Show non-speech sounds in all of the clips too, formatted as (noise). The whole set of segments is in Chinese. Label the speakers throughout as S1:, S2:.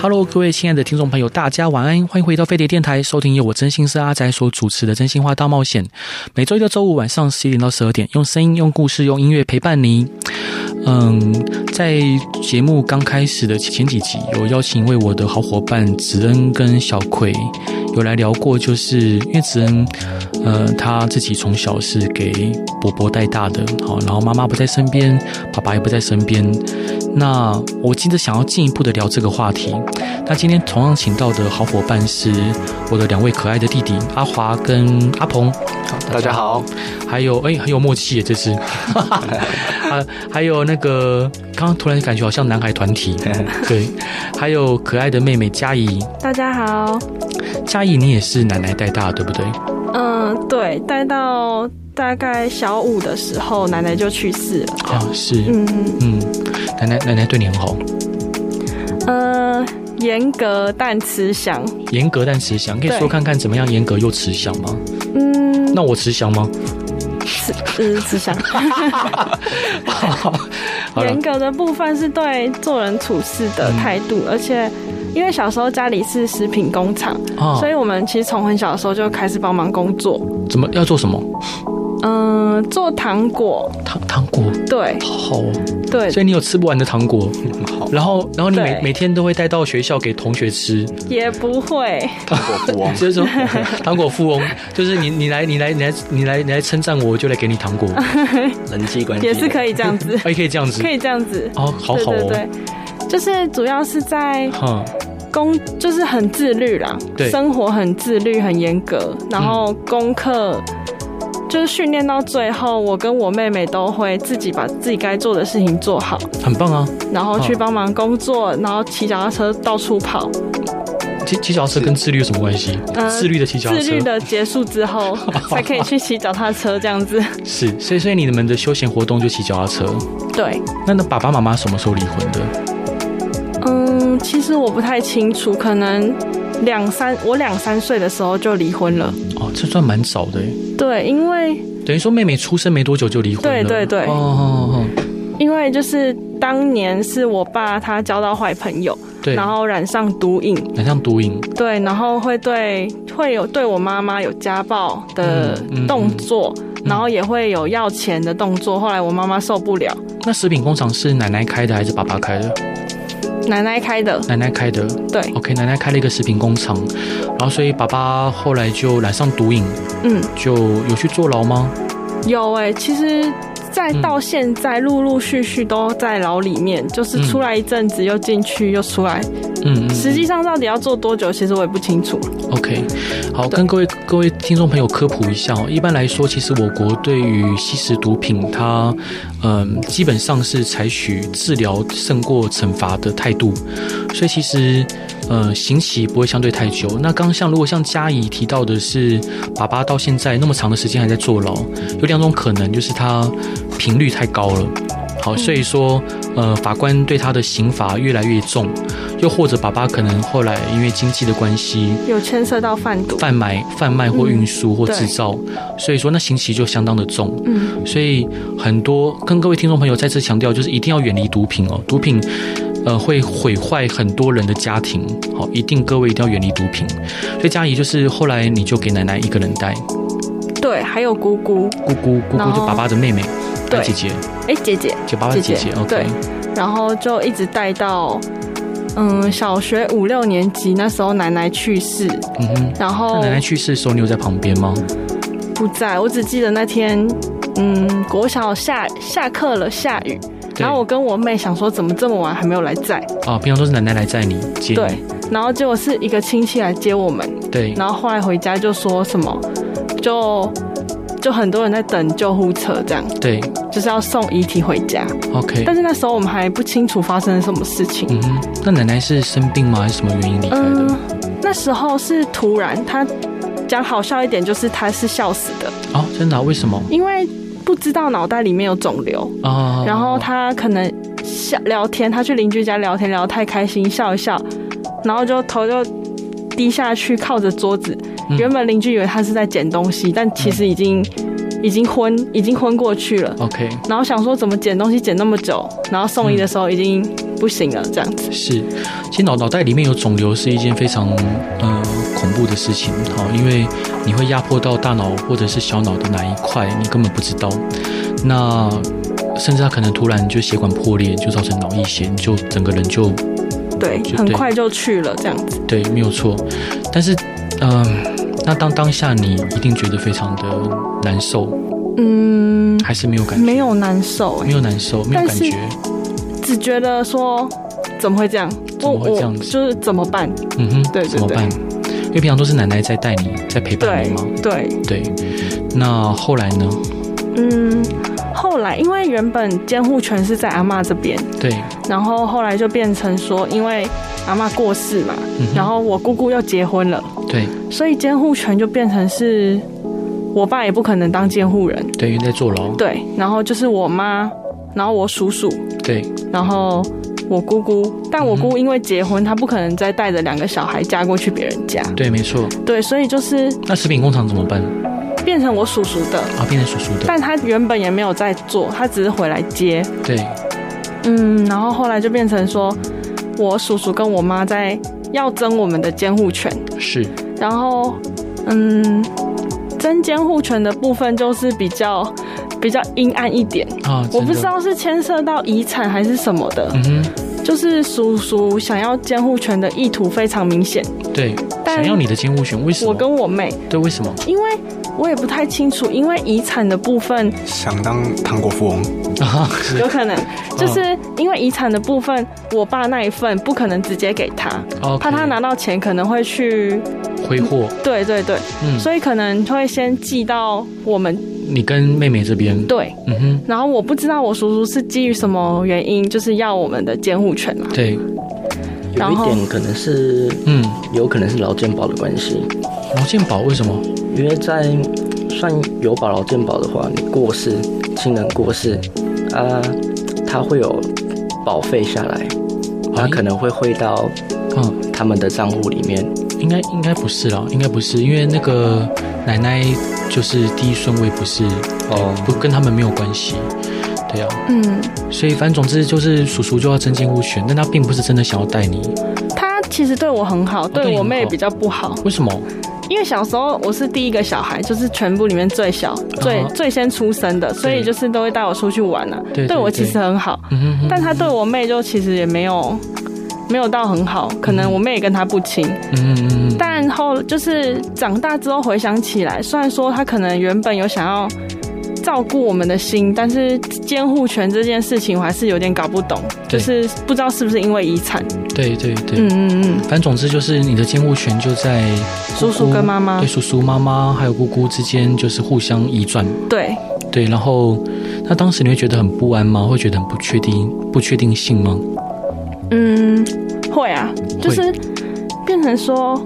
S1: Hello，各位亲爱的听众朋友，大家晚安，欢迎回到飞碟电台，收听由我真心是阿仔所主持的《真心话大冒险》。每周一到周五晚上十一点到十二点，用声音、用故事、用音乐陪伴你。嗯，在节目刚开始的前几集，有邀请一位我的好伙伴子恩跟小葵，有来聊过，就是因为子恩，呃，他自己从小是给伯伯带大的，好，然后妈妈不在身边，爸爸也不在身边。那我记得想要进一步的聊这个话题，那今天同样请到的好伙伴是我的两位可爱的弟弟阿华跟阿鹏，好
S2: 大家好，
S1: 还有哎、很有默契耶，这
S2: (laughs)
S1: 次。 (laughs) 啊，还有那个，刚刚突然感觉好像男孩团
S2: (laughs)
S1: 体，对，还有可爱的妹妹佳怡，
S3: 大家好，
S1: 佳怡你也是奶奶带大的，对不对？
S3: 嗯，对，待到大概小五的时候，奶奶就去世了。
S1: 啊，是，
S3: 嗯
S1: 嗯，奶奶奶奶对你很好，
S3: 呃，严格但慈祥。
S1: 严格但慈祥，可以
S3: 对
S1: 说看看怎么样严格又慈祥吗？
S3: 嗯，
S1: 那我慈祥
S3: (laughs)
S1: 吗？
S3: 慈呃慈祥。
S1: 好了
S3: 严，格的部分是对做人处事的态度，
S1: 嗯
S3: 而且因为小时候家里是食品工厂，
S1: 啊
S3: 所以我们其实从很小的时候就开始帮忙工作。
S1: 怎么要做什么？
S3: 嗯、做糖果，
S1: 糖糖果，
S3: 对
S1: 好好哦，
S3: 对，
S1: 所以你有吃不完的糖果，
S2: 嗯好，
S1: 然后然后你每
S3: 对
S1: 每天都会带到学校给同学吃，，
S3: 也不会。
S2: 糖果富翁
S1: 就是说 (laughs) 糖果富翁，就是你你来你来你来你来你来称赞我，我就来给你
S3: (laughs)
S1: 糖果，，
S2: 人际关
S3: (laughs)
S2: 系
S3: 也是可以这样子
S1: (laughs) 哎，可以这样子
S3: 可，以这样子。
S1: 哦，好好
S3: 对对
S1: 哦，
S3: 对，就是主要是在
S1: 哈，
S3: 工，就是很自律啦，
S1: 对嗯
S3: 生活很自律，很严格，然后功课。就是训练到最后，我跟我妹妹都会自己把自己该做的事情做好，
S1: 很棒啊！
S3: 然后去
S1: 哦
S3: 帮忙工作，然后骑脚踏车到处跑。
S1: 骑骑脚踏车跟自律有什么关系？
S3: 呃
S1: 自律的骑脚踏
S3: 自律
S1: 车
S3: 的结束之
S1: (laughs)
S3: 后，才可以去骑脚踏车这样子。
S1: 是，所以所以你们的休闲活动就骑脚踏车。
S3: 对，
S1: 那那爸爸妈妈什么时候离婚的？
S3: 嗯，其实我不太清楚，可能两三我两三岁的时候就离婚了。
S1: 哦，这算蛮早的耶，欸
S3: 对，因为
S1: 等于说妹妹出生没多久就离婚了。
S3: 对对对
S1: 哦哦哦，
S3: 因为就是当年是我爸他交到坏朋友，
S1: 对，
S3: 然后染上毒瘾，
S1: 很像毒瘾，
S3: 对，然后会对会有对我妈妈有家暴的
S1: 嗯嗯
S3: 动作，然后也会有要钱的动作。后来我妈妈受不了，
S1: 那食品工厂是奶奶开的还是爸爸开的？
S3: 奶奶开的，
S1: 奶奶开的。
S3: 对，
S1: OK，奶奶开了一个食品工厂，然后所以爸爸后来就染上毒瘾，
S3: 嗯，
S1: 就有去坐牢吗？
S3: 有哎、其实。再
S1: 嗯
S3: 到现在，陆陆续续都在牢里面，就是
S1: 嗯
S3: 出来一阵子又进去又出来。
S1: 嗯嗯嗯。
S3: 实际上到底要做多久，其实我也不清楚。
S1: OK，好，跟各位各位听众朋友科普一下哦。一般来说，其实我国对于吸食毒品，它嗯、基本上是采取治疗胜过惩罚的态度，所以其实呃刑期不会相对太久。那刚像如果像嘉怡提到的是，爸爸到现在那么长的时间还在坐牢，有两种可能，就是他频率太高了。好，所以说，呃，法官对他的刑罚越来越重，又或者爸爸可能后来因为经济的关系，
S3: 有牵涉到贩毒，
S1: 贩卖、贩卖或运输或制造，所以说那刑期就相当的重。
S3: 嗯，
S1: 所以很多跟各位听众朋友再次强调，就是一定要远离毒品哦，毒品。呃，会毁坏很多人的家庭，好，一定各位一定要远离毒品。所以佳怡就是后来你就给奶奶一个人带，
S3: 对，还有姑姑，
S1: 姑姑姑
S3: 然
S1: 姑
S3: 后
S1: 就爸爸的妹妹，
S3: 对
S1: 还有姐姐，
S3: 哎、姐姐，
S1: 就爸爸的姐啊姐
S3: 姐姐
S1: o k
S3: 对然后就一直带到嗯小学五六年级，那时候奶奶去世，
S1: 嗯哼。
S3: 然
S1: 那
S3: 后
S1: 奶奶去世的时候，你有在旁边吗？
S3: 不在，我只记得那天嗯国小下下课了，下雨，
S1: 对
S3: 然后我跟我妹想说怎么这么晚还没有来载，
S1: 啊，平常都是奶奶来载你接
S3: 对
S1: 你，，
S3: 然后结果是一个亲戚来接我们，
S1: 对，
S3: 然后后来回家就说什么就。就很多人在等救护车，这样
S1: 对
S3: 就是要送遗体回家。
S1: ，OK，
S3: 但是那时候我们还不清楚发生了什么事情。
S1: 嗯哼，那奶奶是生病吗？还是什么原因离开的？
S3: 嗯，那时候是突然，他讲好笑一点，就是他是笑死的，
S1: 哦，真的啊、为什么
S3: 因为不知道脑袋里面有肿瘤，
S1: 啊？
S3: 然后他可能笑聊天，他去邻居家聊天聊得太开心，笑一笑，然后就头就低下去靠着桌子。
S1: 嗯
S3: 原本邻居以为他是在捡东西，但其实已经已经昏已经昏过去了。
S1: OK
S3: 然后想说怎么捡东西捡那么久，然后送医的时候已经不行了，这样子。
S1: 是，其实脑脑袋里面有肿瘤是一件非常呃恐怖的事情，好，因为你会压迫到大脑或者是小脑的哪一块，你根本不知道。那甚至他可能突然就血管破裂，就造成脑溢血，你就整个人就
S3: 对
S1: 就，
S3: 很
S1: 对
S3: 快就去了这样子。
S1: 对，没有错。但是，嗯、那当当下你一定觉得非常的难受，
S3: 嗯，
S1: 还是没有感觉，
S3: 没有难受、欸
S1: 没有难受，没有
S3: 但
S1: 感
S3: 是
S1: 觉。
S3: 只觉得说怎么会这样？
S1: 怎么会这样子
S3: 就是怎么办？
S1: 嗯哼，
S3: 对对
S1: 怎么
S3: 对
S1: 办？因为平常都是奶奶在带你，在陪伴你
S3: 对
S1: 嘛。
S3: 对，
S1: 对，那后来呢？
S3: 嗯。后来，因为原本监护权是在阿嬷这边，
S1: 对，
S3: 然后后来就变成说，因为阿嬷过世嘛，
S1: 嗯哼
S3: 然后我姑姑又结婚了，
S1: 对
S3: 所以监护权就变成是我爸也不可能当监护人，
S1: 对，因为在坐牢，
S3: 对，然后就是我妈，然后我叔叔，
S1: 对
S3: 然后我姑姑，但我
S1: 嗯
S3: 姑因为结婚，她不可能再带着两个小孩嫁过去别人家，
S1: 对，没错。
S3: 对，所以就是
S1: 那食品工厂怎么办
S3: 变成我叔叔的，
S1: 啊？变成叔叔的，
S3: 但他原本也没有在做，他只是回来接，
S1: 对，
S3: 嗯，然后后来就变成说我叔叔跟我妈在要争我们的监护权，
S1: 是，
S3: 然后嗯，争监护权的部分就是比较比较阴暗一点。
S1: 啊，
S3: 我不
S1: 真的
S3: 知，道是牵涉到遗产还是什么的，
S1: 嗯哼，
S3: 就是叔叔想要监护权的意图非常明显。
S1: 对，
S3: 但
S1: 想要你的监护权，为什
S3: 我
S1: 么？
S3: 跟我妹，
S1: 对，为什么？ (laughs)
S3: 因为我也不太清楚，因为遗产的部分
S2: 想当糖果富翁，
S1: 啊，是
S3: 有可能
S1: 嗯
S3: 就是因为遗产的部分，我爸那一份不可能直接给他，
S1: 哦，
S3: 怕他拿到钱可能会去，
S1: 挥霍，
S3: 对对对，
S1: 嗯，
S3: 所以可能会先寄到我们
S1: 你跟妹妹这边，
S3: 对。
S1: 嗯哼，
S3: 然后我不知道我叔叔是基于什么原因，就是要我们的监护权嘛。
S1: 对，
S3: 然
S4: 有一
S3: 后
S4: 点可能是，
S1: 嗯，
S4: 有可能是劳健保的关系，
S1: 劳健保为什么？
S4: 因为在算有保劳健保的话，你过世，亲人过世，啊、他会有保费下来，他
S1: 哎
S4: 可能会汇到
S1: 嗯，
S4: 他们的账户里面。
S1: 应该应该不是啦，应该不是，因为那个奶奶就是第一顺位，不是，
S4: 哦
S1: 对，不跟他们没有关系，对啊。
S3: 嗯，
S1: 所以反正总之就是叔叔就要真金入选，但他并不是真的想要带你。
S3: 他其实对我很好，
S1: 哦对你
S3: 对我
S1: 很
S3: 妹
S1: 好
S3: 比较不好。
S1: 为什么？
S3: 因为小时候我是第一个小孩，就是全部里面最小、最最先出生的，所以就是都会带我出去玩啊。
S1: 嗯对对
S3: 我其
S1: 对
S3: 实很好，
S1: 嗯哼哼，
S3: 但他对我妹就其实也没有没有到很好，可能我妹也跟他不亲。
S1: 嗯嗯嗯，
S3: 但后就是长大之后回想起来，虽然说他可能原本有想要照顾我们的心，但是监护权这件事情我还是有点搞不懂，
S1: 对
S3: 就是不知道是不是因为遗产。
S1: 对对对。
S3: 嗯嗯嗯，
S1: 反正总之就是你的监护权就在姑姑
S3: 叔叔跟妈妈
S1: 对叔叔、妈妈还有姑姑之间，就是互相移转。
S3: 对，
S1: 对，然后那当时你会觉得很不安吗？会觉得很不确定、不确定性吗？
S3: 嗯，会啊，就
S1: 会
S3: 是变成说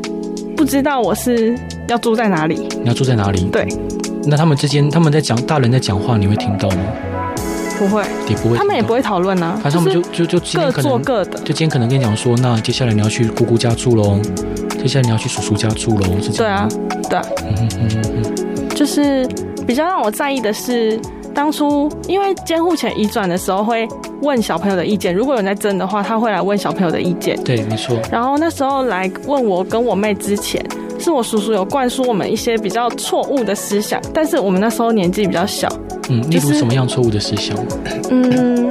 S3: 不知道我是要住在哪里，
S1: 你要住在哪里？
S3: 对，
S1: 那他们之间，他们在讲大人在讲话，你会听到吗？
S3: 不会，
S1: 也不会，
S3: 他们也不，会讨论啊，
S1: 反正他们
S3: 是
S1: 就就就今天
S3: 各
S1: 可
S3: 做
S1: 能
S3: 各的。
S1: 就今天可能跟你讲说，那接下来你要去姑姑家住喽，接下来你要去叔叔家住喽，是这
S3: 对
S1: 样
S3: 啊
S1: 吗。，
S3: 对啊，
S1: 嗯嗯嗯嗯，
S3: 就是比较让我在意的是，当初因为监护权移转的时候会问小朋友的意见，如果有人在争的话，他会来问小朋友的意见。
S1: 对，没错，
S3: 然后那时候来问我跟我妹之前，是我叔叔有灌输我们一些比较错误的思想，但是我们那时候年纪比较小，
S1: 嗯，例
S3: 就
S1: 如
S3: 是
S1: 什么样错误的思想？
S3: 嗯，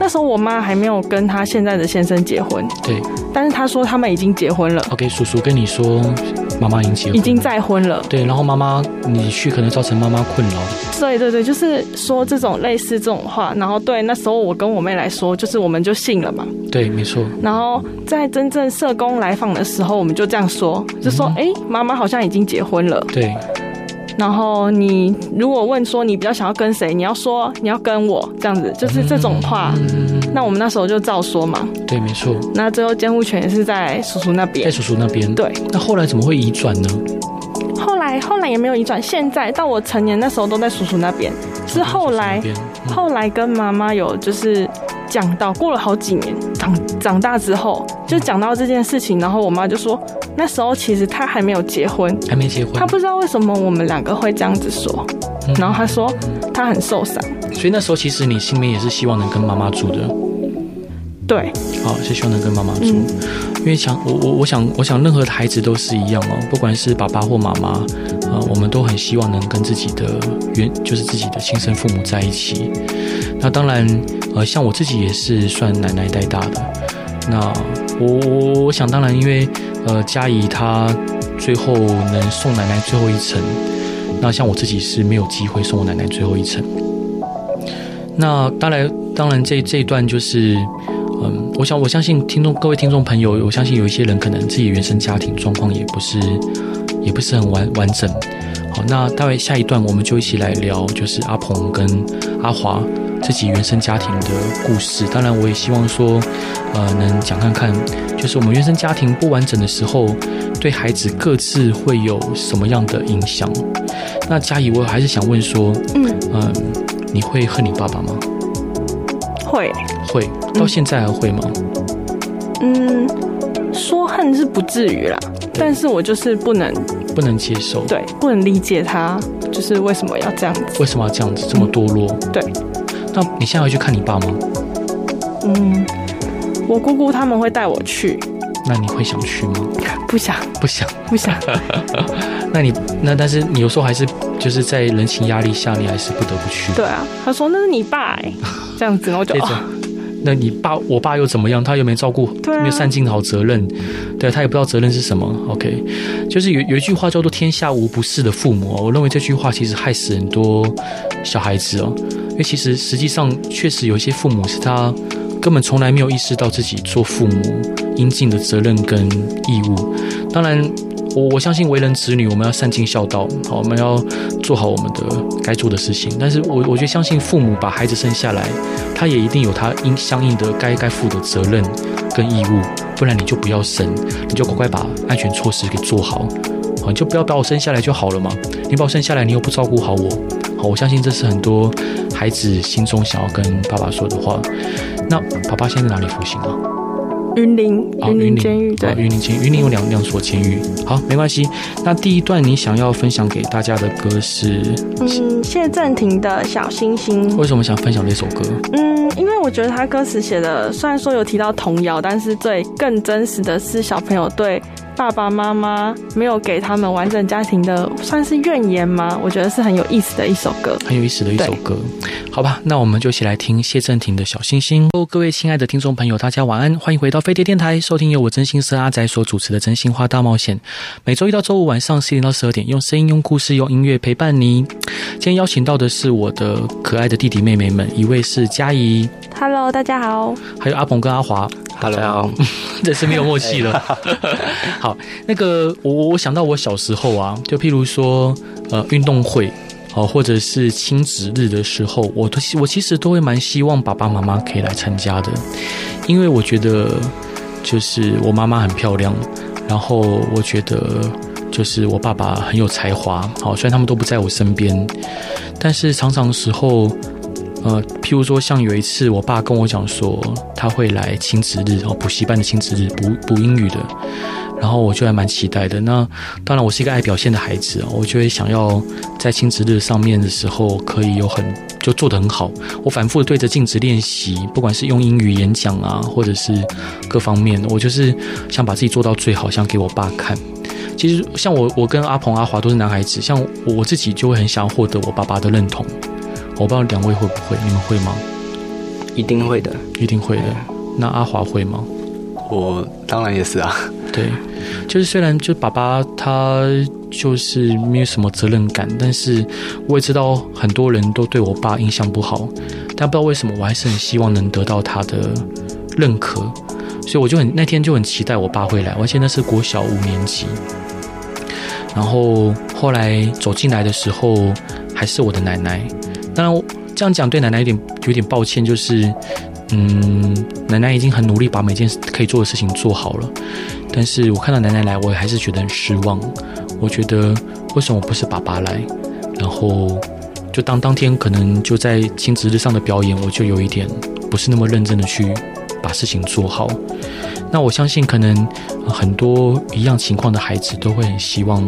S3: 那时候我妈还没有跟她现在的先生结婚，
S1: 对
S3: 但是她说他们已经结婚了，
S1: ，OK，叔叔跟你说，妈妈已经结婚了
S3: 已经在婚了。
S1: 对，然后妈妈你去可能造成妈妈困扰，
S3: 对对对，就是说这种类似这种话，然后对那时候我跟我妹来说，就是我们就信了嘛。
S1: 对，没错，
S3: 然后在真正社工来访的时候，我们就这样说，就说
S1: 嗯
S3: 哎，诶妈妈好像已经结婚了。
S1: 对，
S3: 然后你如果问说你比较想要跟谁，你要说你要跟我这样子，就是这种话。
S1: 嗯嗯嗯
S3: 那我们那时候就照说嘛。
S1: 嗯，对，没错，
S3: 那最后监护权也是在叔叔那
S1: 在
S3: 边。
S1: 叔叔那边。
S3: 对，
S1: 那后来怎么会移转呢？
S3: 后来来后来也没有移转，现在到我成年那时候都在叔叔那边，是后来后来跟妈妈有就是讲到，过了好几年，长长大之后就讲到这件事情，然后我妈就说，那时候其实她还没有结婚，
S1: 还没结婚，
S3: 她不知道为什么我们两个会这样子说，然后她说她很受伤，
S1: 所以那时候其实你心里面也是希望能跟妈妈住的，
S3: 对，
S1: 哦，是希望能跟妈妈住，
S3: 嗯
S1: 因为想我我我想我想任何的孩子都是一样哦，不管是爸爸或妈妈，啊、我们都很希望能跟自己的原就是自己的亲生父母在一起。那当然，呃，像我自己也是算奶奶带大的。那我我我想当然，因为呃，佳怡她最后能送奶奶最后一程，那像我自己是没有机会送我奶奶最后一程。那当然，当然这这一段就是。嗯，我想我相信听众各位听众朋友，我相信有一些人可能自己原生家庭状况也不是也不是很完完整。好，那待会下一段我们就一起来聊，就是阿鹏跟阿华自己原生家庭的故事。当然，我也希望说，呃，能讲看看，就是我们原生家庭不完整的时候，对孩子各自会有什么样的影响。那嘉怡，我还是想问说，
S3: 嗯，
S1: 嗯、你会恨你爸爸吗？
S3: 会，
S1: 会，到现在还会吗？
S3: 嗯，说恨是不至于啦，但是我就是不能
S1: 不能接受。
S3: 对不能理解他，就是为什么要这样子，
S1: 为什么要这样子这么堕落？
S3: 对。
S1: 那你现在会去看你爸吗？
S3: 嗯，我姑姑他们会带我去，
S1: 那你会想去吗？
S3: 不想
S1: 不想。
S3: 不想，
S1: 那你那但是你有时候还是就是在人情压力下，你还是不得不去。
S3: 对啊，他说那是你爸哎、这样子，然后我就
S1: 这种
S3: 哦，
S1: 那你爸我爸又怎么样？他又没照顾，
S3: 对啊
S1: 没有善尽好责任，对他也不知道责任是什么。OK，就是有有一句话叫做“天下无不是的父母”哦，我认为这句话其实害死很多小孩子哦，因为其实实际上确实有一些父母是他根本从来没有意识到自己做父母应尽的责任跟义务。当然，我我相信为人子女，我们要善尽孝道，好，我们要做好我们的该做的事情。但是我我觉得相信父母把孩子生下来，他也一定有他应相应的该该负的责任跟义务，不然你就不要生，你就乖乖把安全措施给做好，哦好，你就不要把我生下来就好了嘛。你把我生下来，你又不照顾好我，好，我相信这是很多孩子心中想要跟爸爸说的话。那爸爸现在在哪里服刑啊？
S3: 云林
S1: 啊，
S3: 云
S1: 云
S3: 林
S1: 林
S3: 监狱
S1: 啊
S3: 对，
S1: 云林监狱，云林有两两所监狱。好，没关系。那第一段你想要分享给大家的歌是，
S3: 嗯，谢振廷的小星星，
S1: 为什么想分享这首歌？
S3: 嗯，因为我觉得他歌词写的虽然说有提到童谣，但是最更真实的是小朋友对爸爸妈妈没有给他们完整家庭的算是怨言吗？我觉得是很有意思的一首歌。
S1: 很有意思的一首歌，好吧，那我们就一起来听谢振廷的小星星。Hello，各位亲爱的听众朋友，大家晚安，欢迎回到飞碟电台，收听由我真心社阿仔所主持的《真心话大冒险》，每周一到周五晚上十点到十二点，用声音、用故事、用音乐陪伴你。今天邀请到的是我的可爱的弟弟妹妹们，一位是佳怡，
S3: Hello，大家好。
S1: 还有阿鹏跟阿华，
S4: Hello，大家好，
S1: (laughs) 这是没有默契了。好，那个我我我想到我小时候啊，就譬如说呃运动会。哦，或者是亲子日的时候，我都我其实都会蛮希望爸爸妈妈可以来参加的，因为我觉得就是我妈妈很漂亮，然后我觉得就是我爸爸很有才华。好、虽然他们都不在我身边，但是常常时候呃，譬如说，像有一次，我爸跟我讲说，他会来亲子日，哦，补习班的亲子日，补补英语的，然后我就还蛮期待的。那当然，我是一个爱表现的孩子，哦我就会想要在亲子日上面的时候，可以有很就做得很好。我反复的对着镜子练习，不管是用英语演讲啊，或者是各方面，我就是想把自己做到最好，想给我爸看。其实像我，我跟阿鹏、阿华都是男孩子，像我我自己就会很想要获得我爸爸的认同。我不知道两位会不会，你们会吗？
S4: 一定会的。
S1: 一定会的。那阿华会吗？
S2: 我当然也是啊，
S1: 对，就是虽然就爸爸他就是没有什么责任感，但是我也知道很多人都对我爸印象不好，但不知道为什么我还是很希望能得到他的认可，所以我就很那天就很期待我爸会来，而且那是国小五年级。然后后来走进来的时候，还是我的奶奶。当然，这样讲对奶奶有点有点抱歉，就是，嗯，奶奶已经很努力把每件可以做的事情做好了，但是我看到奶奶来，我还是觉得很失望。我觉得，为什么不是爸爸来？然后就当当天可能就在亲子日上的表演，我就有一点不是那么认真的去把事情做好。那我相信，可能、呃很多一样情况的孩子都会很希望，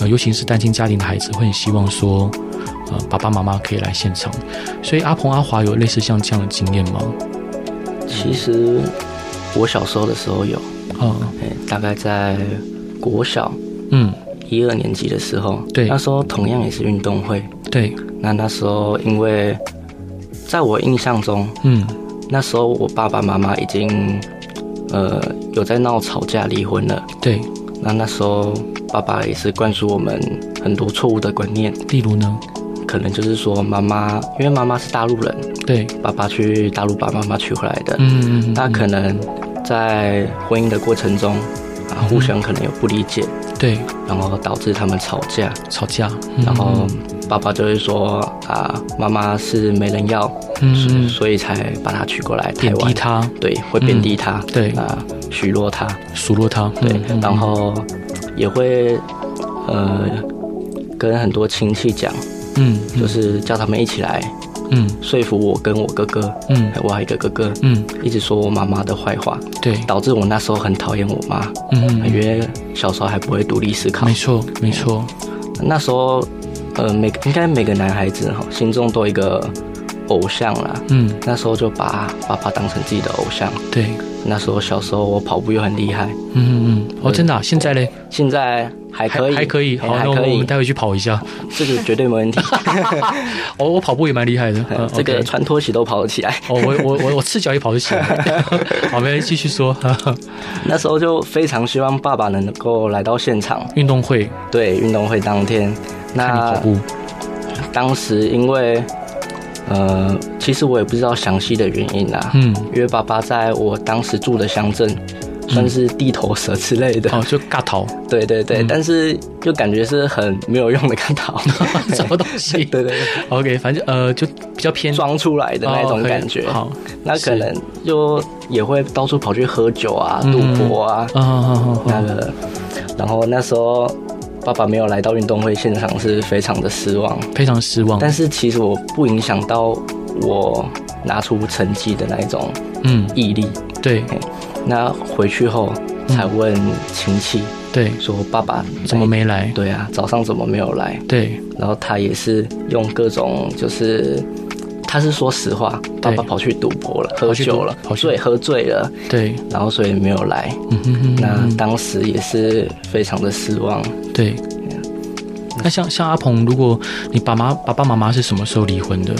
S1: 呃，尤其是单亲家庭的孩子会很希望说，呃，爸爸妈妈可以来现场。所以阿鹏、阿华有类似像这样的经验吗？
S4: 其实我小时候的时候有，
S1: 啊、
S4: 哎，大概在国小
S1: 嗯，
S4: 一二年级的时候，
S1: 对
S4: 那时候同样也是运动会。
S1: 对，
S4: 那那时候因为在我印象中，
S1: 嗯，
S4: 那时候我爸爸妈妈已经呃有在闹吵架离婚了。
S1: 对。
S4: 那那时候爸爸也是灌输我们很多错误的观念，
S1: 例如呢？
S4: 可能就是说妈妈，因为妈妈是大陆人，
S1: 对，
S4: 爸爸去大陆把妈妈娶回来的，
S1: 嗯，嗯
S4: 那可能在婚姻的过程中啊，互相可能有不理解，
S1: 对
S4: 然后导致他们吵架，
S1: 吵架，
S4: 然后爸爸就会说啊，妈妈是没人要，
S1: 嗯，嗯
S4: 所以才把她娶过来台
S1: 贬低
S4: 湾，
S1: 他，
S4: 对，会贬低她，
S1: 嗯对
S4: 啊，许诺她，
S1: 数落他，
S4: 对
S1: 嗯，嗯
S4: 然后也会呃跟很多亲戚讲，
S1: 嗯，嗯
S4: 就是叫他们一起来
S1: 嗯
S4: 说服我跟我哥哥，
S1: 嗯
S4: 我还有一个哥哥，
S1: 嗯，
S4: 一直说我妈妈的坏话，
S1: 对，
S4: 导致我那时候很讨厌我妈，
S1: 嗯嗯
S4: 因为小时候还不会独立思考
S1: 没。错没错，
S4: 那时候，呃，每应该每个男孩子哈心中都有一个偶像啦。
S1: 嗯
S4: 那时候就把爸爸当成自己的偶像。
S1: 对，
S4: 那时候小时候我跑步又很厉害，
S1: 嗯嗯嗯，哦真的啊，现在嘞
S4: 现在还可以，哎
S1: 还可以，好，
S4: 还
S1: 那我
S4: 可
S1: 们我
S4: 以
S1: 们，待会去跑一下，
S4: 这个绝对
S1: (laughs)
S4: 没问题。呃
S1: 我我跑步也蛮厉害的，嗯
S4: 哎这个
S1: OK
S4: 穿拖鞋都跑得起来。 (laughs)
S1: 哦，我我我我赤脚也跑得起来，好，没关系，继续说， (laughs)
S4: 那时候就非常希望爸爸能够来到现场，
S1: 运动会
S4: 对运动会当
S1: 看
S4: 天。
S1: 你
S4: 那
S1: 跑步，
S4: 当时因为，呃，其实我也不知道详细的原因啊，
S1: 嗯，
S4: 因为爸爸在我当时住的乡镇，算是地头蛇之类的，
S1: 哦就尬逃， (laughs)
S4: 对对对，
S1: 嗯
S4: 但是就感觉是很没有用的看到，
S1: (laughs) 什么东西
S4: (laughs) 对对对，
S1: ？OK，反正呃就比较偏
S4: 装出来的那种
S1: 哦可以
S4: 感觉，
S1: 好，
S4: 那可能就也会到处跑去喝酒啊、
S1: 嗯
S4: 赌博啊，
S1: 啊好好
S4: 那
S1: 好，
S4: 个，然后那时候爸爸没有来到运动会现场是非常的失望，
S1: 非常失望，
S4: 但是其实我不影响到我拿出成绩的那一种
S1: 嗯
S4: 毅力。
S1: 对
S4: 那回去后才问亲戚
S1: 对，
S4: 说爸爸
S1: 怎么？没来？
S4: 对啊，早上怎么没有来？
S1: 对，
S4: 然后他也是用各种就是。他是说实话，爸
S1: 对
S4: 爸跑去赌博了，
S1: 跑
S4: 喝
S1: 去赌
S4: 酒了，
S1: 跑去
S4: 醉喝醉了，
S1: 对，
S4: 然后所以没有来。
S1: 嗯哼哼
S4: 那
S1: 哼
S4: 当时也是非常的失望。
S1: 对。那像像阿鹏，如果你爸妈爸爸妈妈是什么时候离婚的？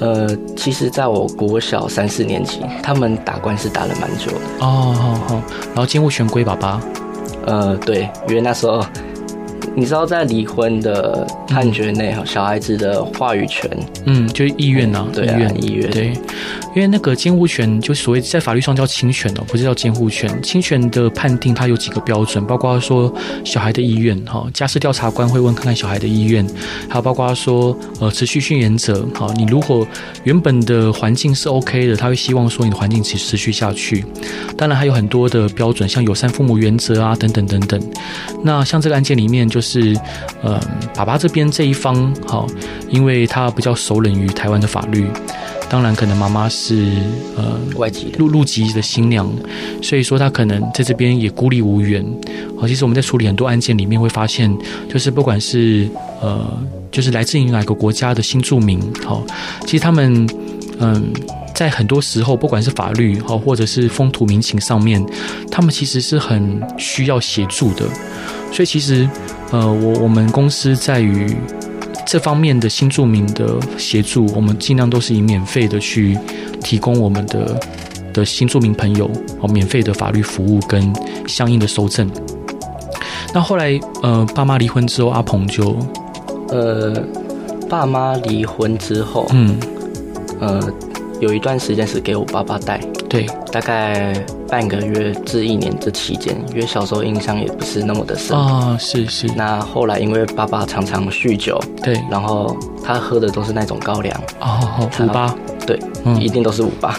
S4: 呃，其实在我国小三四年级，他们打官司打了蛮久的。
S1: 哦，好好，然后监护权归爸爸。
S4: 呃，对，因为那时候你知道，在离婚的判决内，小孩子的话语权，
S1: 嗯，就是意愿呐、
S4: 嗯对啊
S1: 意愿，
S4: 意愿
S1: 对，因为那个监护权，就所谓在法律上叫侵权哦，不是叫监护权。侵权的判定它有几个标准，包括说小孩的意愿，哈、家事调查官会问看看小孩的意愿，还有包括说呃持续训言者，好、你如果原本的环境是 OK 的，他会希望说你的环境持持续下去。当然还有很多的标准，像友善父母原则啊，等等等等。那像这个案件里面，就是呃爸爸这边这一方，好、因为他比较熟稔于台湾的法律，当然可能妈妈是呃
S4: 外籍的，
S1: 陆陆籍的新娘，所以说她可能在这边也孤立无援。好，其实我们在处理很多案件里面会发现，就是不管是呃，就是来自于哪个国家的新住民，好，其实他们嗯。在很多时候，不管是法律好，或者是风土民情上面，他们其实是很需要协助的。所以其实，呃，我我们公司在于这方面的新住民的协助，我们尽量都是以免费的去提供我们的的新住民朋友哦，免费的法律服务跟相应的收证。那后来，呃，爸妈离婚之后，阿鹏就
S4: 呃，爸妈离婚之后，
S1: 嗯，
S4: 呃，有一段时间是给我爸爸带，
S1: 对，
S4: 大概半个月至一年这期间，因为小时候印象也不是那么的深。
S1: 啊，是是，
S4: 那后来因为爸爸常常酗酒，
S1: 对，
S4: 然后他喝的都是那种高粱，
S1: 哦，五八，
S4: 对，
S1: 嗯
S4: 一
S1: (laughs)
S4: 定都是五八，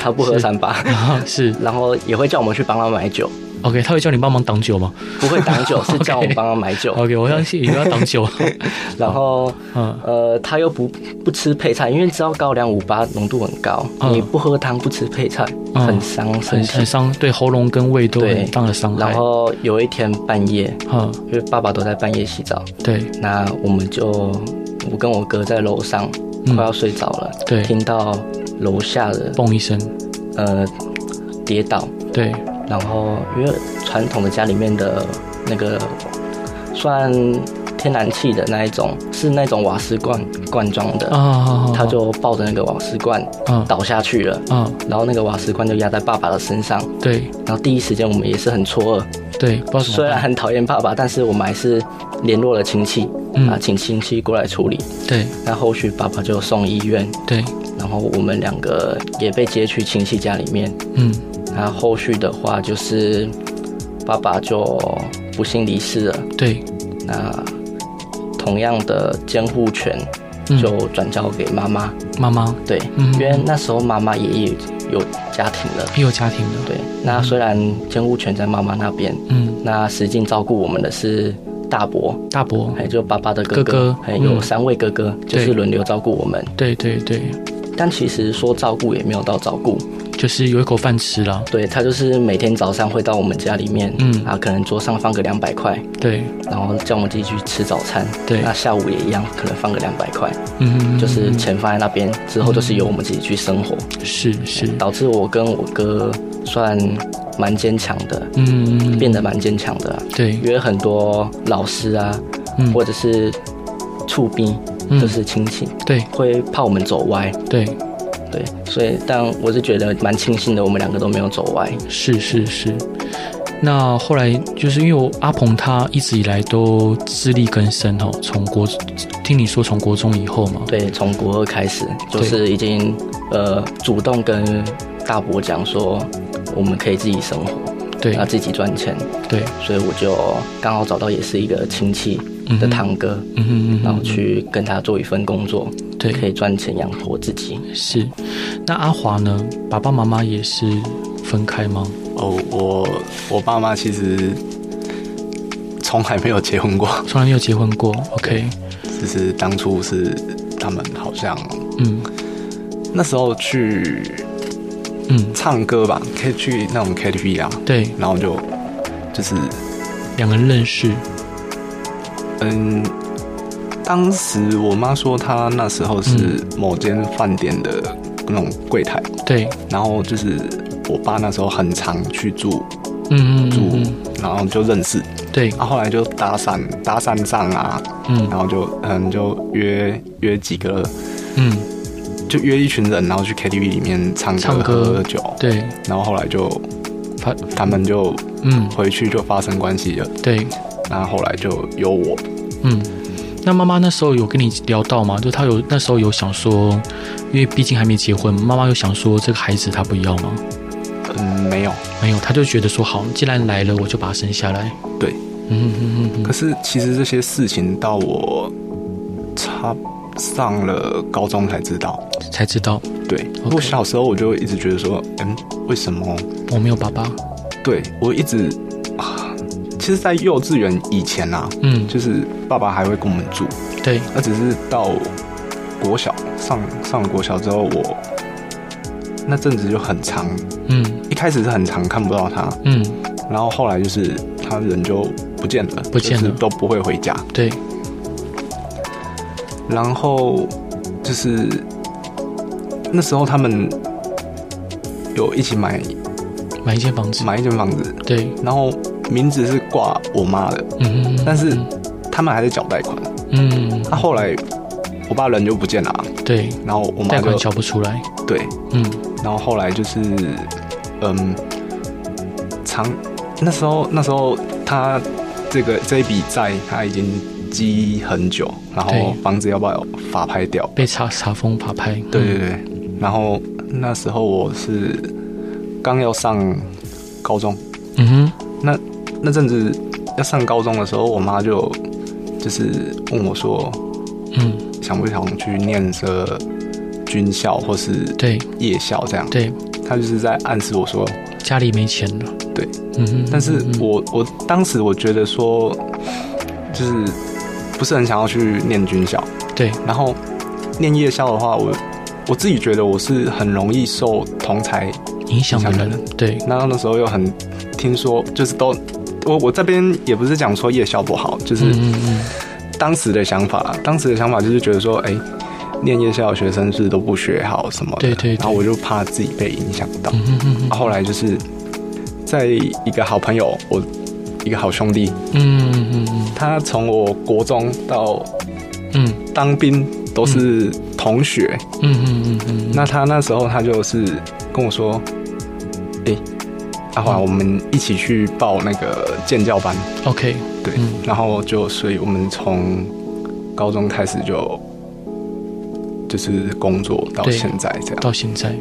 S4: 他不喝 (laughs)
S1: 是
S4: 三八。 (laughs)
S1: 啊，是，
S4: 然后也会叫我们去帮他买酒，
S1: OK，他会叫你帮忙挡酒吗
S4: 不会挡酒，是叫我帮他买
S1: (laughs)
S4: 酒。
S1: ？OK，我相信一定要挡
S4: (laughs)
S1: 酒。
S4: 然后，
S1: 嗯
S4: 呃，他又不不吃配菜，因为知道高粱五八浓度很高，
S1: 嗯
S4: 你不喝汤不吃配菜，
S1: 嗯
S4: 很伤身
S1: 很
S4: 体
S1: 很。伤，对喉咙跟胃都有很大的伤害
S4: 然。后有一天半夜，
S1: 嗯，
S4: 因为爸爸都在半夜洗澡，
S1: 对，
S4: 那我们就我跟我哥在楼上、
S1: 嗯
S4: 快要睡着了，
S1: 对
S4: 听到楼下的
S1: 嘣一声，
S4: 呃跌倒，
S1: 对，
S4: 然后因为传统的家里面的那个算天然气的那一种，是那种瓦斯罐罐装的，
S1: 啊，
S4: 他就抱着那个瓦斯罐
S1: 嗯
S4: 倒下去了，
S1: 啊，
S4: 然后那个瓦斯罐就压在爸爸的身上，
S1: 对
S4: 然后第一时间我们也是很错愕，
S1: 对，不知道怎么
S4: 虽然
S1: 办，
S4: 很讨厌爸爸，但是我们还是联络了亲戚，
S1: 嗯
S4: 啊，请亲戚过来处理。
S1: 对
S4: 那后续爸爸就送医院，
S1: 对，
S4: 然后我们两个也被接去亲戚家里面。
S1: 嗯，
S4: 那后续的话就是爸爸就不幸离世了。
S1: 对，
S4: 那同样的监护权
S1: 嗯
S4: 就转交给妈妈，
S1: 妈妈
S4: 对，
S1: 嗯
S4: 因为那时候妈妈也有有家庭了。
S1: 也有家庭的，
S4: 对，那虽然监护权在妈妈那边，
S1: 嗯，
S4: 那实际照顾我们的是大伯，
S1: 大伯，
S4: 还有就爸爸的哥
S1: 哥哥
S4: 还
S1: 嗯
S4: 有三位哥哥，就是轮流照顾我们。
S1: 对对对，
S4: 但其实说照顾也没有到照顾，
S1: 就是有一口饭吃了，
S4: 对他就是每天早上会到我们家里面，
S1: 嗯
S4: 啊，可能桌上放个两百块，
S1: 对，
S4: 然后叫我们自己去吃早餐。
S1: 对
S4: 那下午也一样，可能放个两百块，
S1: 嗯，
S4: 就是钱放在那边，之后就是由我们自己去生活，
S1: 是是，
S4: 导致我跟我哥算蛮坚强的，
S1: 嗯，
S4: 变得蛮坚强的啊、
S1: 对，
S4: 因为很多老师啊，
S1: 嗯
S4: 或者是触兵，
S1: 嗯
S4: 就是亲戚，
S1: 对
S4: 会怕我们走歪，
S1: 对，
S4: 对，所以但我是觉得蛮庆幸的，我们两个都没有走歪。
S1: 是是是。那后来就是因为我阿鹏他一直以来都自力更生哦，从国听你说从国中以后嘛，
S4: 对，从国二开始就是已经呃主动跟大伯讲说，我们可以自己生活，
S1: 对
S4: 要自己赚钱，
S1: 对，
S4: 所以我就刚好找到也是一个亲戚
S1: 嗯
S4: 的
S1: 哼
S4: 堂哥，
S1: 嗯哼嗯
S4: 然
S1: 哼
S4: 后去跟他做一份工作，
S1: 对
S4: 可以赚钱养活自己。
S1: 是。那阿华呢？爸爸妈妈也是分开吗？
S2: 哦，我我爸妈其实从来没有结婚过，
S1: 从来没有结婚过。OK，
S2: 只是当初是他们好像
S1: 嗯
S2: 那时候去
S1: 嗯，
S2: 唱歌吧，可以去那种 KTV 啊，
S1: 对，
S2: 然后就就是
S1: 两个人认识，
S2: 嗯，当时我妈说她那时候是某间饭店的那种柜台，
S1: 对，
S2: 然后就是我爸那时候很常去住
S1: 嗯嗯
S2: 住
S1: 嗯，嗯，
S2: 然后就认识，
S1: 对，
S2: 啊，后来就搭讪搭讪上啊，然
S1: 嗯
S2: 后就嗯就约约几个，
S1: 嗯，
S2: 就约一群人，然后去 KTV 里面唱歌
S1: 唱歌
S2: 喝酒，
S1: 对，
S2: 然后后来就
S1: 他
S2: 他们就
S1: 嗯
S2: 回去就发生关系了，
S1: 对，
S2: 然后后来就有我，
S1: 嗯。那妈妈那时候有跟你聊到吗？就她有那时候有想说，因为毕竟还没结婚，妈妈有想说这个孩子她不要吗？
S2: 嗯没有，
S1: 没有，她就觉得说好，既然来了，我就把她生下来。
S2: 对，
S1: 嗯嗯嗯
S2: 可是其实这些事情到我差上了高中才知道，
S1: 嗯，才知道
S2: 对
S1: OK
S2: 我小时候我就一直觉得说，嗯，为什么？
S1: 我没有爸爸。
S2: 对我一直啊，其实，在幼稚园以前啊，
S1: 嗯，
S2: 就是爸爸还会跟我们住，
S1: 对，
S2: 那只是到国小上上了国小之后，我那阵子就很长，
S1: 嗯
S2: 一开始是很长看不到他，
S1: 嗯，
S2: 然后后来就是他人就不见了，
S1: 不见了
S2: 就是都不会回家，
S1: 对，
S2: 然后就是那时候他们有一起买
S1: 买一间房子。
S2: 买一间房子，
S1: 对，
S2: 然后名字是挂我妈的，
S1: 嗯，
S2: 但是啊他们还在缴贷款。
S1: 嗯，
S2: 他、后来我爸人就不见了啊、
S1: 对，
S2: 然后我妈
S1: 贷款
S2: 就
S1: 缴不出来。
S2: 对，
S1: 嗯，
S2: 然后后来就是嗯，长那时候那时候他这个这一笔债他已经积很久，然后
S1: 对
S2: 房子要不要法拍掉？
S1: 被查查封法拍。
S2: 对对对，
S1: 嗯
S2: 然后那时候我是刚要上高中，
S1: 嗯哼，
S2: 那阵子要上高中的时候，我妈就就是问我说，
S1: 嗯，
S2: 想不想去念个军校或是
S1: 对
S2: 夜校这样？
S1: 对，
S2: 她就是在暗示我说，
S1: 家里没钱了。
S2: 对，
S1: 嗯哼，
S2: 但是我我当时我觉得说，就是不是很想要去念军校，
S1: 对，
S2: 然后念夜校的话，我我自己觉得我是很容易受同才
S1: 影响的
S2: 影响的
S1: 人，对，
S2: 那那时候又很听说，就是都我我这边也不是讲说夜校不好，就是
S1: 嗯嗯嗯，
S2: 当时的想法，当时的想法就是觉得说，哎、念夜校的学生是都不学好什么的，
S1: 对对对
S2: 然后我就怕自己被影响到。
S1: 嗯哼哼哼
S2: 后来就是在一个好朋友，我一个好兄弟，
S1: 嗯嗯嗯
S2: 他从我国中到
S1: 嗯
S2: 当兵都是同学，
S1: 嗯嗯嗯嗯，
S2: 那他那时候他就是跟我说，哎、阿
S1: 嗯
S2: 华，我们一起去报那个建教班，
S1: OK，
S2: 对，
S1: 嗯
S2: 然后就所以我们从高中开始就就是工作到
S1: 对
S2: 现在这样。
S1: 到现在，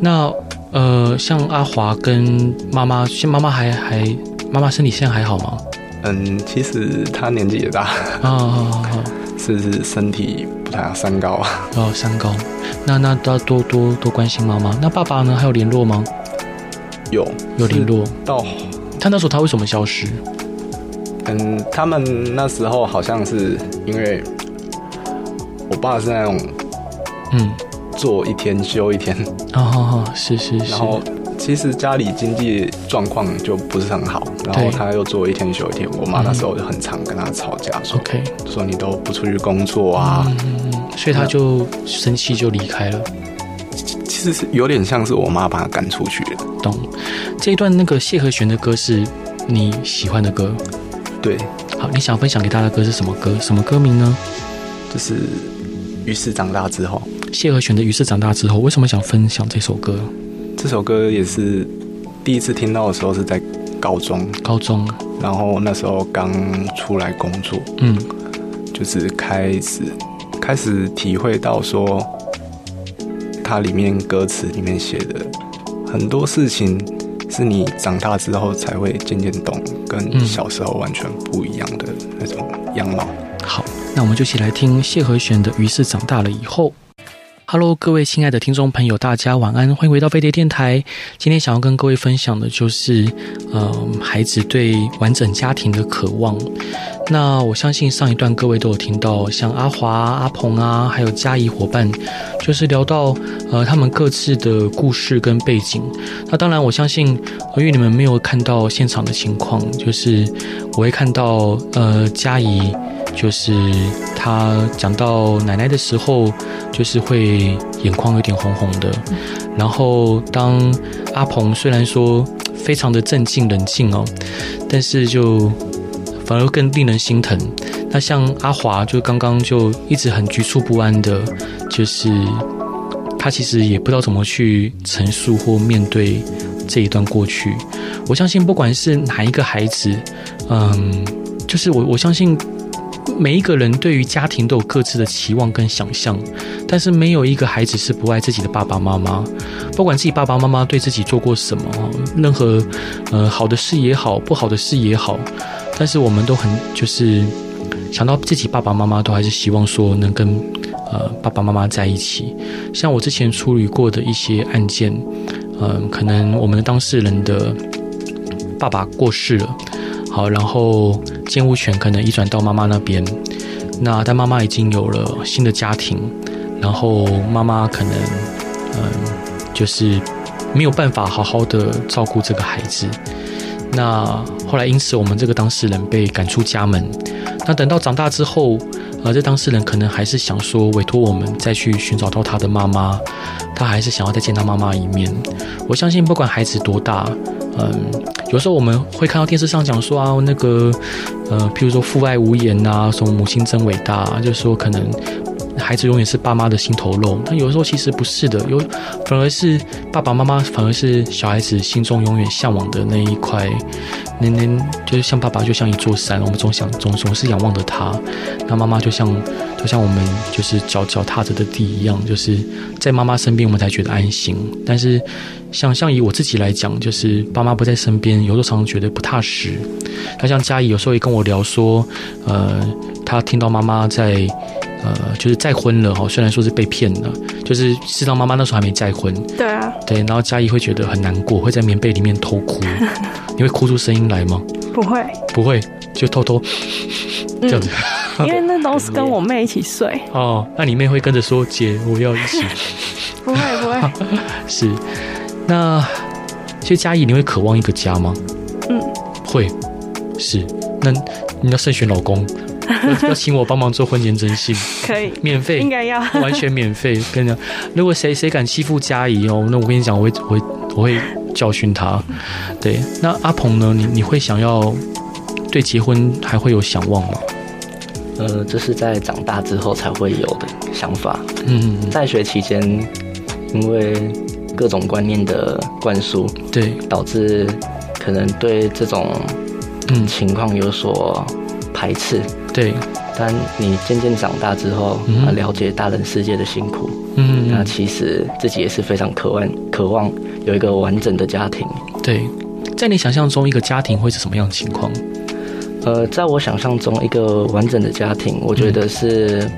S1: 那呃，像阿华跟妈妈，现妈妈还还妈妈身体现在还好吗？
S2: 嗯，其实他年纪也大，
S1: 啊，好好好
S2: 是是身体不太好，三高啊。
S1: 哦，三高，那那要多多多关心妈妈。那爸爸呢？还有联络吗？
S2: 有
S1: 有联络。
S2: 是到
S1: 他那时候他为什么消失？
S2: 嗯，他们那时候好像是因为我爸是那种
S1: 嗯，
S2: 做一天休一天，
S1: 啊哈哈，是是是
S2: 然，后其实家里经济状况就不是很好，然后
S1: 对
S2: 他又做一天休一天。我妈那时候就很常跟他吵架，说
S1: OK，
S2: 说你都不出去工作啊，
S1: 所以他就生气就离开了。
S2: 其实是有点像是我妈把他赶出去的。
S1: 懂。这一段那个谢和弦的歌是你喜欢的歌，
S2: 对，
S1: 好，你想分享给大家的歌是什么歌？什么歌名呢？
S2: 就是于是长大之后，
S1: 谢和弦的《于是长大之后》，为什么想分享这首歌？
S2: 这首歌也是第一次听到的时候是在高中，
S1: 高中，啊
S2: 然后那时候刚出来工作，
S1: 嗯
S2: 就是开始开始体会到说，它里面歌词里面写的很多事情是你长大之后才会渐渐懂，跟
S1: 嗯
S2: 小时候完全不一样的那种样貌。
S1: 好，那我们就一起来听谢和弦的《于是长大了以后》。Hello，各位亲爱的听众朋友，大家晚安，欢迎回到飞碟电台。今天想要跟各位分享的就是，呃，孩子对完整家庭的渴望。那我相信上一段各位都有听到，像阿华、阿鹏啊，还有嘉怡伙伴，就是聊到呃他们各自的故事跟背景。那当然，我相信呃因为你们没有看到现场的情况，就是我会看到呃嘉怡，就是她讲到奶奶的时候，就是会眼眶有点红红的。然后当阿鹏虽然说非常的镇静冷静哦，但是就反而更令人心疼。那像阿华，就刚刚就一直很局促不安的，就是他其实也不知道怎么去陈述或面对这一段过去。我相信，不管是哪一个孩子，嗯，就是我我相信每一个人对于家庭都有各自的期望跟想象，但是没有一个孩子是不爱自己的爸爸妈妈，不管自己爸爸妈妈对自己做过什么，任何呃好的事也好，不好的事也好，但是我们都很就是想到自己爸爸妈妈，都还是希望说能跟呃爸爸妈妈在一起。像我之前处理过的一些案件，嗯、可能我们的当事人的爸爸过世了，好，然后监护权可能移转到妈妈那边，那但妈妈已经有了新的家庭，然后妈妈可能嗯、就是没有办法好好的照顾这个孩子。那后来，因此我们这个当事人被赶出家门。那等到长大之后，呃，这当事人可能还是想说委托我们再去寻找到他的妈妈，他还是想要再见他妈妈一面。我相信，不管孩子多大，嗯，有时候我们会看到电视上讲说啊，那个，呃，譬如说父爱无言啊，什么母亲真伟大、啊，就是说可能孩子永远是爸妈的心头肉。但有时候其实不是的，有反而是爸爸妈妈，反而是小孩子心中永远向往的那一块，那那就是像爸爸就像一座山，我们总想总总是仰望着他，那妈妈就像就像我们就是脚脚踏着的地一样，就是在妈妈身边我们才觉得安心。但是像像以我自己来讲，就是爸妈不在身边，有时候常常觉得不踏实。那像嘉怡有时候也跟我聊说，呃，她听到妈妈在呃，就是再婚了哦，虽然说是被骗了，就是是当妈妈那时候还没再婚，
S3: 对啊，
S1: 对，然后嘉怡会觉得很难过，会在棉被里面偷哭， (laughs) 你会哭出声音来吗？
S3: 不会，
S1: 不会，就偷偷 (laughs) 这样子。
S3: 因为那都是跟我妹一
S1: (laughs)
S3: 起睡，
S1: 哦，那你妹会跟着说姐，我要一起。
S3: 不会不会，
S1: 是，那其实嘉义你会渴望一个家吗？
S3: 嗯，
S1: 会，是。那你要慎选老
S3: (laughs)
S1: 公，要要请我帮忙做婚前征信，
S3: 可
S1: (laughs)
S3: 以，
S1: 免费
S3: 应，该要，
S1: 完全免费。跟你讲，如果谁谁敢欺负嘉怡哦，那我跟你讲，我会我会我会教训
S3: (laughs)
S1: 他。对，那阿鹏呢？你你会想要对结婚还会有想望吗？
S4: 呃，这是在长大之后才会有的想法。
S1: 嗯，嗯
S4: 在学期间，因为各种观念的灌输，
S1: 嗯对，
S4: 导致可能对这种
S1: 嗯
S4: 情况有所排斥。
S1: 对，
S4: 但你渐渐长大之后，
S1: 嗯
S4: 啊，了解大人世界的辛苦，
S1: 嗯，
S4: 那
S1: 嗯
S4: 其实自己也是非常渴望渴望有一个完整的家庭。
S1: 对。在你想象中，一个家庭会是什么样的情况？
S4: 呃，在我想象中，一个完整的家庭，我觉得是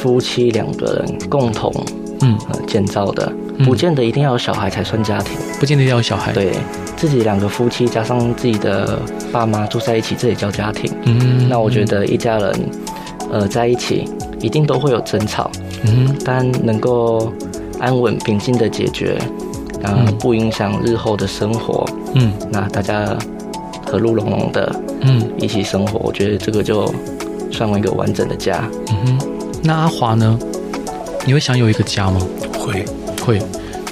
S4: 夫妻两个人共同
S1: 嗯，
S4: 呃建造的，
S1: 嗯哎
S4: 不见得一定要有小孩才算家庭。
S1: 不见得要有小孩。，
S4: 对自己两个夫妻加上自己的爸妈住在一起，这也叫家庭。
S1: 嗯
S4: 那我觉，得一家人，呃，在一起一定都会有争吵，
S1: 嗯
S4: 但能够安稳平静的解决，啊、
S1: 嗯
S4: 不影响日后的生活，
S1: 嗯
S4: 那大家和乐融融的
S1: 嗯
S4: 一起生活，我觉得这个就算为一个完整的家。
S1: 嗯哼。那阿华呢？你会想有一个家吗？
S2: 会
S1: 会。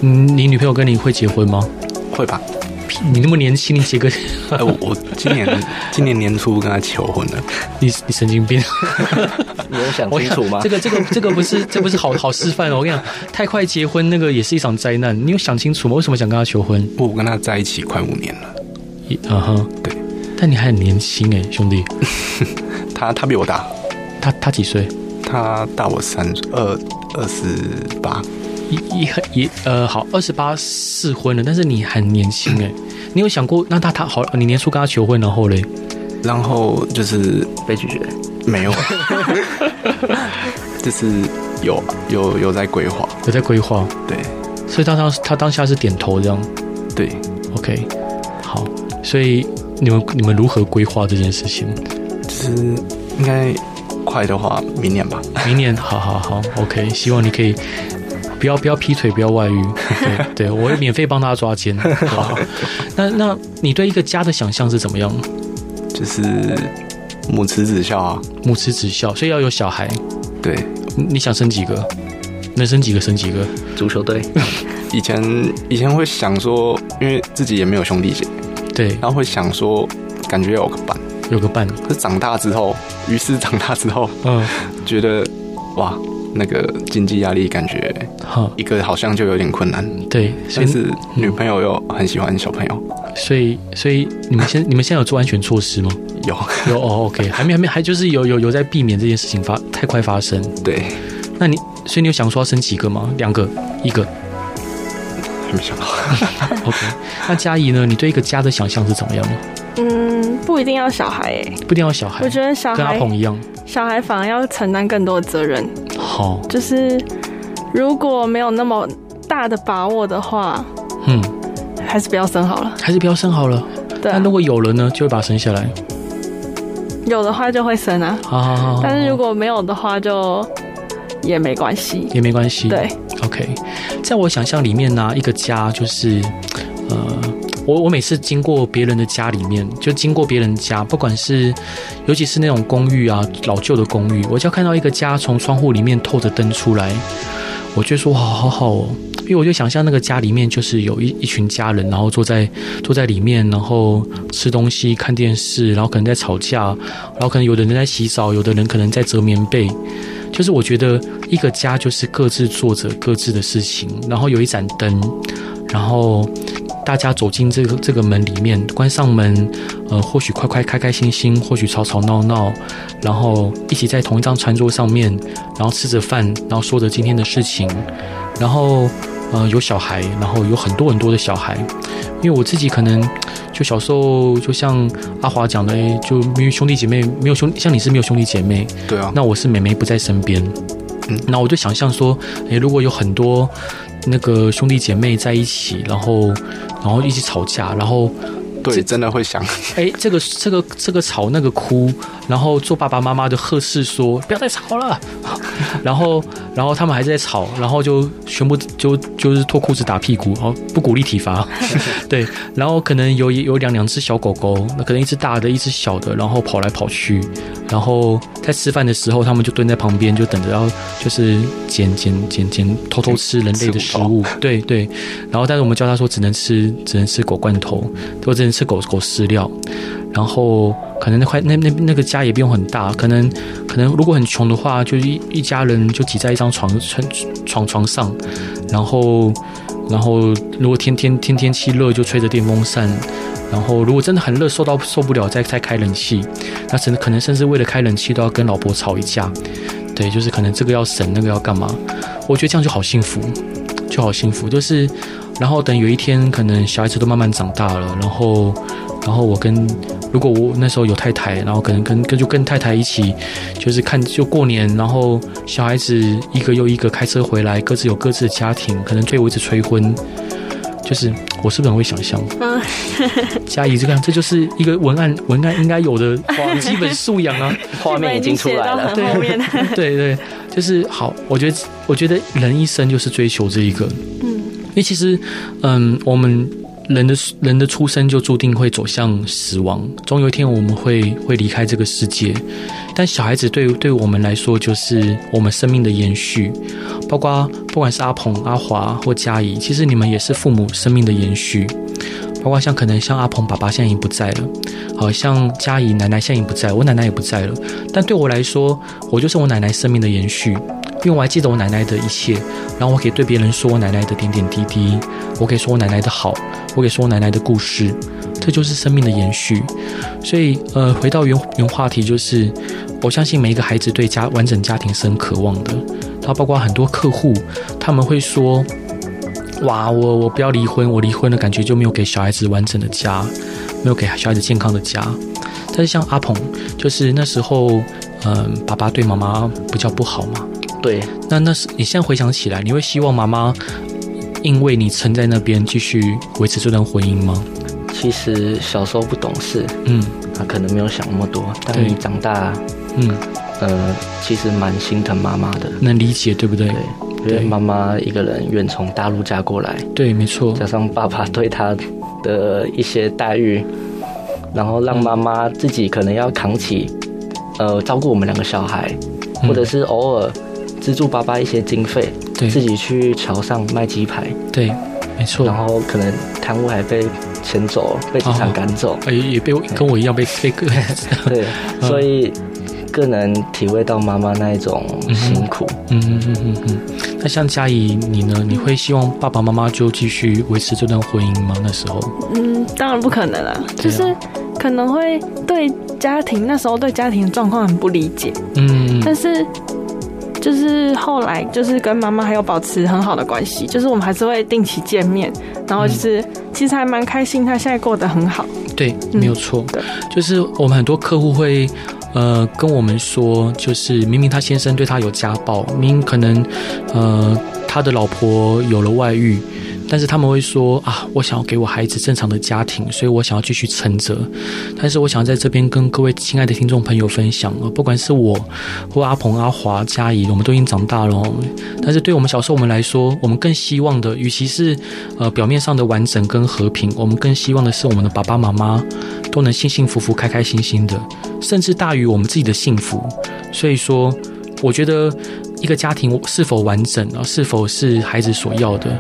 S1: 嗯，你女朋友跟你会结婚吗？
S2: 会吧？
S1: 屁你那么年轻，你结个
S2: 哎、我我今年今年年初跟他求婚了，
S1: 你你神经病！
S4: 你有想
S1: 我
S4: 清楚
S1: 想
S4: 吗
S1: 这？个这个这个不是这不是好好示范哦。我跟你讲，太快结婚那个也是一场灾难。你有想清楚吗？为什么想跟他求婚？
S2: 我跟他在一起快五年了，
S1: 一嗯哼，
S2: 对。
S1: 但你还很年轻哎，兄弟。
S2: 他他比我大，
S1: 他他几岁？
S2: 他大我三二二十八，
S1: 一一很一呃，好，二十八试婚了，但是你很年轻哎。你有想过，那他他好，你年初跟他求婚，然后嘞？
S2: 然后就是
S4: 被拒绝。
S2: 没有， (laughs) 就是有有有在规划，
S1: 有在规划，
S2: 对
S1: 所以他当他当下是点头这样
S2: 对，
S1: ，OK，好，所以你们你们如何规划这件事情？
S2: 就是应该快的话明年吧，
S1: 明年，好好好，OK，希望你可以不要不要劈腿，不要外遇，对对，我会免费帮他抓
S2: (laughs)
S1: 奸。好，那那你对一个家的想象是怎么样？
S2: 就是母慈子孝啊，
S1: 母慈子孝，所以要有小孩，
S2: 对，
S1: 你你想生几个？能生几个生几个？
S4: 足球队，
S2: 以前以前会想说，因为自己也没有兄弟姐，
S1: 对，
S2: 然后会想说感觉要有个伴，
S1: 有个伴，
S2: 可是长大之后，于是长大之后
S1: 嗯，
S2: 觉得哇，那个经济压力感觉
S1: 好，
S2: 一个好像就有点困难，
S1: 对，所
S2: 但
S1: 以
S2: 是女朋友又很喜欢小朋友，
S1: 所以所以你们现你们现在有做安全措施吗？
S2: 有
S1: 有哦，OK，还没还没还就是有有有在避免这件事情发太快发生。
S2: 对，
S1: 那你所以你有想说要生几个吗？两个，一个
S2: 还没想到，
S1: ，OK。那嘉怡呢？你对一个家的想象是怎么样？
S3: 嗯，不一定要小孩诶，
S1: 不一定要小孩
S3: 我，觉得小
S1: 跟阿
S3: 孩
S1: 鹏一样。
S3: 小孩反而要承担更多的责任，
S1: 好，
S3: 就是如果没有那么大的把握的话，
S1: 嗯，
S3: 还是不要生好了。
S1: 还是不要生好了。
S3: 对啊、
S1: 那如果有了呢，就会把它生下来。
S3: 有的话就会生啊，
S1: 好好好好，
S3: 但是如果没有的话就也没关系。
S1: 也没关系。
S3: 对，
S1: OK，在我想象里面呢、一个家就是，呃，我我每次经过别人的家里面，就经过别人家，不管是尤其是那种公寓啊，老旧的公寓，我只要看到一个家从窗户里面透着灯出来，我就说哇，好好哦。因为我就想象那个家里面就是有一一群家人，然后坐在坐在里面，然后吃东西、看电视，然后可能在吵架，然后可能有的人在洗澡，有的人可能在折棉被，就是我觉得一个家就是各自做着各自的事情，然后有一盏灯，然后大家走进这个这个门里面，关上门，呃，或许快快开开心心，或许吵吵闹闹，然后一起在同一张餐桌上面，然后吃着饭，然后说着今天的事情，然后呃有小孩，然后有很多很多的小孩，因为我自己可能。就小时候，就像阿华讲的，诶就没有兄弟姐妹，没有兄，像你是没有兄弟姐妹，
S2: 对啊，
S1: 那我是妹妹不在身边，
S2: 嗯
S1: 那我就想象说，诶，如果有很多那个兄弟姐妹在一起，然后然后一起吵架，然后这
S2: 对，真的会想，
S1: 诶，哎这个这个这个吵那个哭，然后做爸爸妈妈的呵斥说不要再吵了， (laughs) 然后然后他们还在吵，然后就全部就就是脱裤子打屁股，哦，不鼓励体罚，对，然后可能有有两两只小狗狗，那可能一只大的，一只小的，然后跑来跑去，然后在吃饭的时候，他们就蹲在旁边，就等着要就是捡捡捡捡，偷偷吃人类的食物，对对，然后但是我们教他说只能吃只能吃狗罐头，或者只能吃狗狗饲料，然后可能那块那那那个家也不用很大，可能可能如果很穷的话，就一一家人就挤在一张床床床床上，然后然后如果天天天天气热就吹着电风扇，然后如果真的很热受到受不了再再开冷气，那甚可能甚至为了开冷气都要跟老婆吵一架，对，就是可能这个要省那个要干嘛，我觉得这样就好幸福，就好幸福，就是。然后等有一天，可能小孩子都慢慢长大了，然后，然后我跟如果我那时候有太太，然后可能跟跟就跟太太一起，就是看就过年，然后小孩子一个又一个开车回来，各自有各自的家庭，可能对我一直催婚，就是我是不是很会想象？
S5: 嗯
S1: 嘉怡这个样，这就是一个文案文案应该有的基本素养啊。
S4: (laughs) 画面已经出
S3: (laughs)
S4: 来了，
S3: 剧本已经写到很后面了。
S1: 对对，就是好，我觉得我觉得人一生就是追求这一个，
S3: 嗯，
S1: 因为其实，嗯，我们人的人的出生就注定会走向死亡，总有一天我们会会离开这个世界。但小孩子对对我们来说，就是我们生命的延续，包括不管是阿鹏、阿华或嘉怡，其实你们也是父母生命的延续。包括像可能像阿鹏爸爸现在已经不在了，好、像嘉怡奶奶现在已经不在，我奶奶也不在了。但对我来说，我就是我奶奶生命的延续，因为我还记得我奶奶的一切，然后我可以对别人说我奶奶的点点滴滴，我可以说我奶奶的好，我可以说我奶奶的故事，这就是生命的延续。所以，呃，回到原原话题，就是我相信每一个孩子对家完整家庭是很渴望的，然后包括很多客户，他们会说。哇，我我不要离婚，我离婚的感觉就没有给小孩子完整的家，没有给小孩子健康的家。但是像阿鹏，就是那时候，嗯，爸爸对妈妈比较不好嘛，
S4: 对，
S1: 那那是你现在回想起来，你会希望妈妈因为你撑在那边继续维持这段婚姻吗？
S4: 其实小时候不懂事，
S1: 嗯
S4: 啊，可能没有想那么多。但
S1: 对
S4: 你长大，
S1: 嗯，
S4: 呃，其实蛮心疼妈妈的。
S1: 能理解对不对？
S4: 对，因为妈妈一个人远从大陆嫁过来，
S1: 对没错，
S4: 加上爸爸对她的一些待遇，然后让妈妈自己可能要扛起，呃，照顾我们两个小孩，
S1: 嗯
S4: 或者是偶尔资助爸爸一些经费，
S1: 对
S4: 自己去桥上卖鸡排，
S1: 对，没错
S4: 然。后可能贪污还被遣走，被机场赶走。
S1: 哎，也被我跟我一样被被哦
S4: 对，
S1: 嗯
S4: 所以更能体会到妈妈那一种辛苦。
S1: (laughs) 嗯嗯嗯嗯嗯。那像嘉怡你呢？你会希望爸爸妈妈就继续维持这段婚姻吗？那时候，
S3: 嗯，当然不可能啦，嗯就是可能会对家庭那时候对家庭的状况很不理解，
S1: 嗯，
S3: 但是就是后来就是跟妈妈还有保持很好的关系，就是我们还是会定期见面，然后就是、其实还蛮开心，她现在过得很好。
S1: 对，
S3: 嗯
S1: 没有错
S3: 对，
S1: 就是我们很多客户会。呃，跟我们说，就是明明他先生对他有家暴，明明可能，呃，他的老婆有了外遇，但是他们会说啊，我想要给我孩子正常的家庭，所以我想要继续撑着。但是我想在这边跟各位亲爱的听众朋友分享，呃不管是我或阿鹏、阿华、嘉怡，我们都已经长大了、哦，但是对我们小时候我们来说，我们更希望的，与其是呃表面上的完整跟和平，我们更希望的是我们的爸爸妈妈都能幸幸福福、开开心心的，甚至大于我们自己的幸福。所以说，我觉得一个家庭是否完整啊，是否是孩子所要的，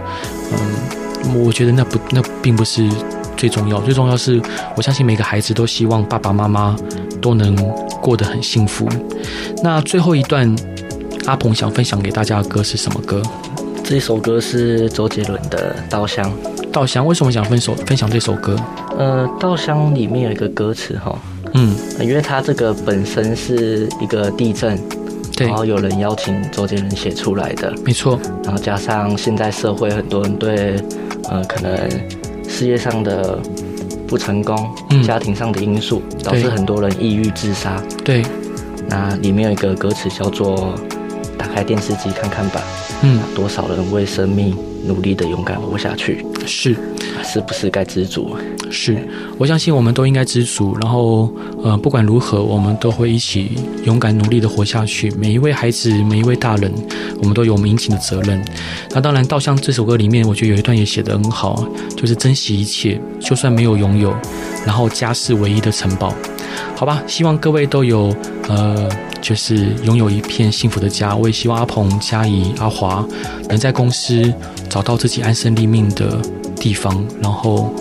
S1: 嗯，我觉得那不那并不是最重要，最重要是我相信每个孩子都希望爸爸妈妈都能过得很幸福。那最后一段。阿鹏想分享给大家的歌是什么歌？
S4: 这首歌是周杰伦的《稻香》。
S1: 稻香为什么想分手分享这首歌？
S4: 呃，《稻香》里面有一个歌词哈，
S1: 嗯，
S4: 因为它这个本身是一个地震，
S1: 对
S4: 然，后有人邀请周杰伦写出来的，
S1: 没错，
S4: 然后加上现在社会很多人对呃可能事业上的不成功、
S1: 嗯
S4: 家庭上的因素，导致
S1: 对
S4: 很多人抑郁自杀。
S1: 对，
S4: 那里面有一个歌词叫做“打开电视机看看吧，
S1: 嗯，
S4: 多少人为生命努力的勇敢活下去，
S1: 是
S4: 是不是该知足？”
S1: 是，我相信我们都应该知足，然后呃，不管如何，我们都会一起勇敢努力的活下去。每一位孩子，每一位大人，我们都有我们应尽的责任。那当然，《稻香》这首歌里面，我觉得有一段也写得很好，就是珍惜一切，就算没有拥有，然后家是唯一的城堡。好吧，希望各位都有呃，就是拥有一片幸福的家。我也希望阿鹏、佳怡、阿华能在公司找到自己安身立命的地方。然后，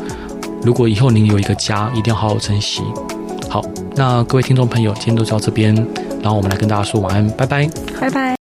S1: 如果以后您有一个家，一定要好好珍惜。好，那各位听众朋友，今天就到这边，然后我们来跟大家说晚安，拜拜。
S3: 拜拜。